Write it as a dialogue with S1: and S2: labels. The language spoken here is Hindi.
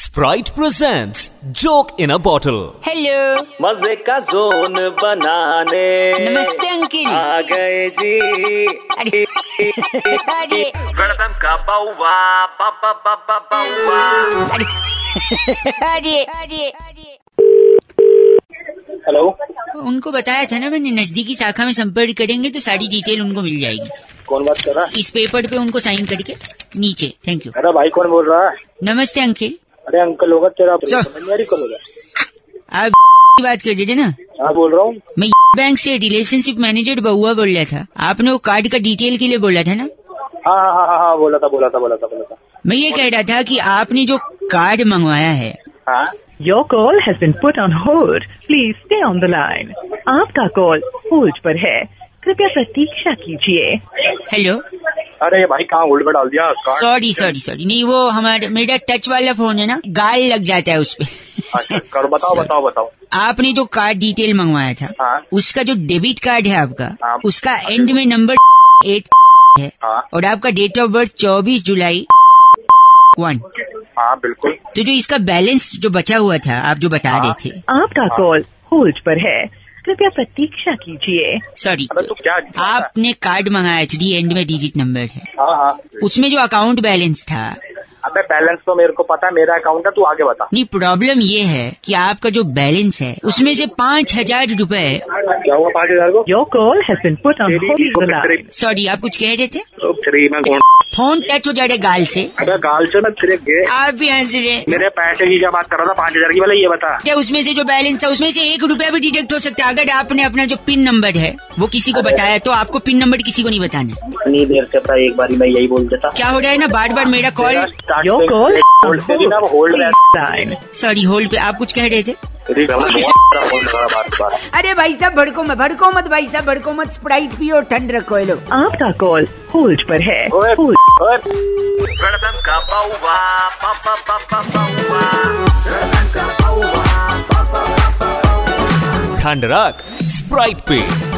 S1: Sprite presents Joke in a Bottle.
S2: Hello
S3: मजे का जोन बनाने
S2: नमस्ते अंकिल
S3: आ गए जी
S2: अरे अरे
S3: वेलकम का बाउवा बाबा बाबा बाउवा
S2: अरे अरे अरे
S4: हेलो
S2: उनको बताया था ना मैंने नजदीकी शाखा में संपर्क करेंगे तो सारी डिटेल उनको मिल जाएगी
S4: कौन बात कर रहा है
S2: इस पेपर पे उनको साइन करके नीचे थैंक यू
S4: अरे भाई कौन बोल रहा है
S2: नमस्ते अंकिल
S4: अरे अंकल होगा तेरा
S2: चल।
S4: समझ नहीं आ रही कल होगा
S2: आप की बात कर रहे थे ना
S4: हाँ बोल रहा हूँ
S2: मैं बैंक से रिलेशनशिप मैनेजर बउआ बोल रहा था आपने वो कार्ड का डिटेल के लिए बोला था ना
S4: हाँ हाँ हाँ हाँ हाँ बोला था बोला था बोला था बोला था
S2: मैं ये कह रहा था कि आपने जो कार्ड मंगवाया है
S4: हाँ
S5: Your call has been put on hold. Please stay on the line. आपका कॉल होल्ड पर है कृपया प्रतीक्षा कीजिए
S2: हेलो
S4: अरे ये भाई कहाँ होल्ड पे डाल दिया कहाँ-
S2: सॉरी सॉरी सॉरी नहीं वो हमारा मेरा टच वाला फोन है ना गाल लग जाता है उस
S4: अच्छा,
S2: पे
S4: करो बताओ
S2: Sorry.
S4: बताओ बताओ
S2: आपने जो कार्ड डिटेल मंगवाया था
S4: हाँ
S2: उसका जो डेबिट कार्ड है आपका
S4: हाँ।
S2: उसका एंड में नंबर एट है
S4: हाँ
S2: और आपका डेट ऑफ बर्थ चौबीस जुलाई वन
S4: हाँ बिल्कुल
S2: तो जो इसका बैलेंस जो बचा हुआ था आप जो बता
S4: हाँ।
S2: रहे थे
S5: आपका कॉल होल्ड पर है कृपया प्रतीक्षा कीजिए
S2: सॉरी
S4: अरे तू क्या
S2: आपने कार्ड मंगाया थ्री एंड में डिजिट नंबर है
S4: हाँ हाँ
S2: उसमें जो अकाउंट बैलेंस था
S4: अबे बैलेंस तो मेरे को पता है मेरा अकाउंट है तू आगे बता
S2: नहीं प्रॉब्लम ये है कि आपका जो बैलेंस है उसमें से पाँच हजार रूपए
S4: क्या हुआ पाँच हजार को
S5: Your call has been put on
S4: तेरी
S5: hold. The
S4: तेरी-
S5: line.
S2: सॉरी आप कुछ कह रहे थे
S4: तेरी तो मैं कौन
S2: फोन टच हो जा रहा है गाल से
S4: अबे गाल से मैं तेरे गे-
S2: आप भी हंस रहे हैं।
S4: मेरे पैसे की क्या बात कर रहा था पाँच हजार की वाला ये बता
S2: क्या उसमें से जो बैलेंस था उसमें से एक रुपया भी डिडक्ट हो सकता है अगर आपने अपना जो पिन नंबर है वो किसी को बताया तो आपको पिन नंबर किसी को नहीं बताना है।
S4: इतनी देर से था एक बारी मैं यही बोल देता
S2: क्या हो रहा है ना बार बार मेरा कॉल
S5: Your
S4: तो
S5: call has been
S4: होल्ड पे भी ना
S5: on hold.
S4: होल्ड
S5: Please
S4: में
S5: line.
S2: सॉरी होल्ड पे आप कुछ कह रहे थे
S4: तेरी गला बहुत बड़ा फोन लगा रहा बार बार
S6: अरे भाई साहब भड़को मत भड़को मत भाई साहब भड़को मत स्प्राइट पियो ठंड रखो ये लोग
S5: आपका कॉल होल्ड पर है
S4: ओए,
S5: होल्ड
S4: ओए,
S3: वेलकम का बाउवा बाबा बाबा बाउवा
S1: Thandarak Sprite Pay.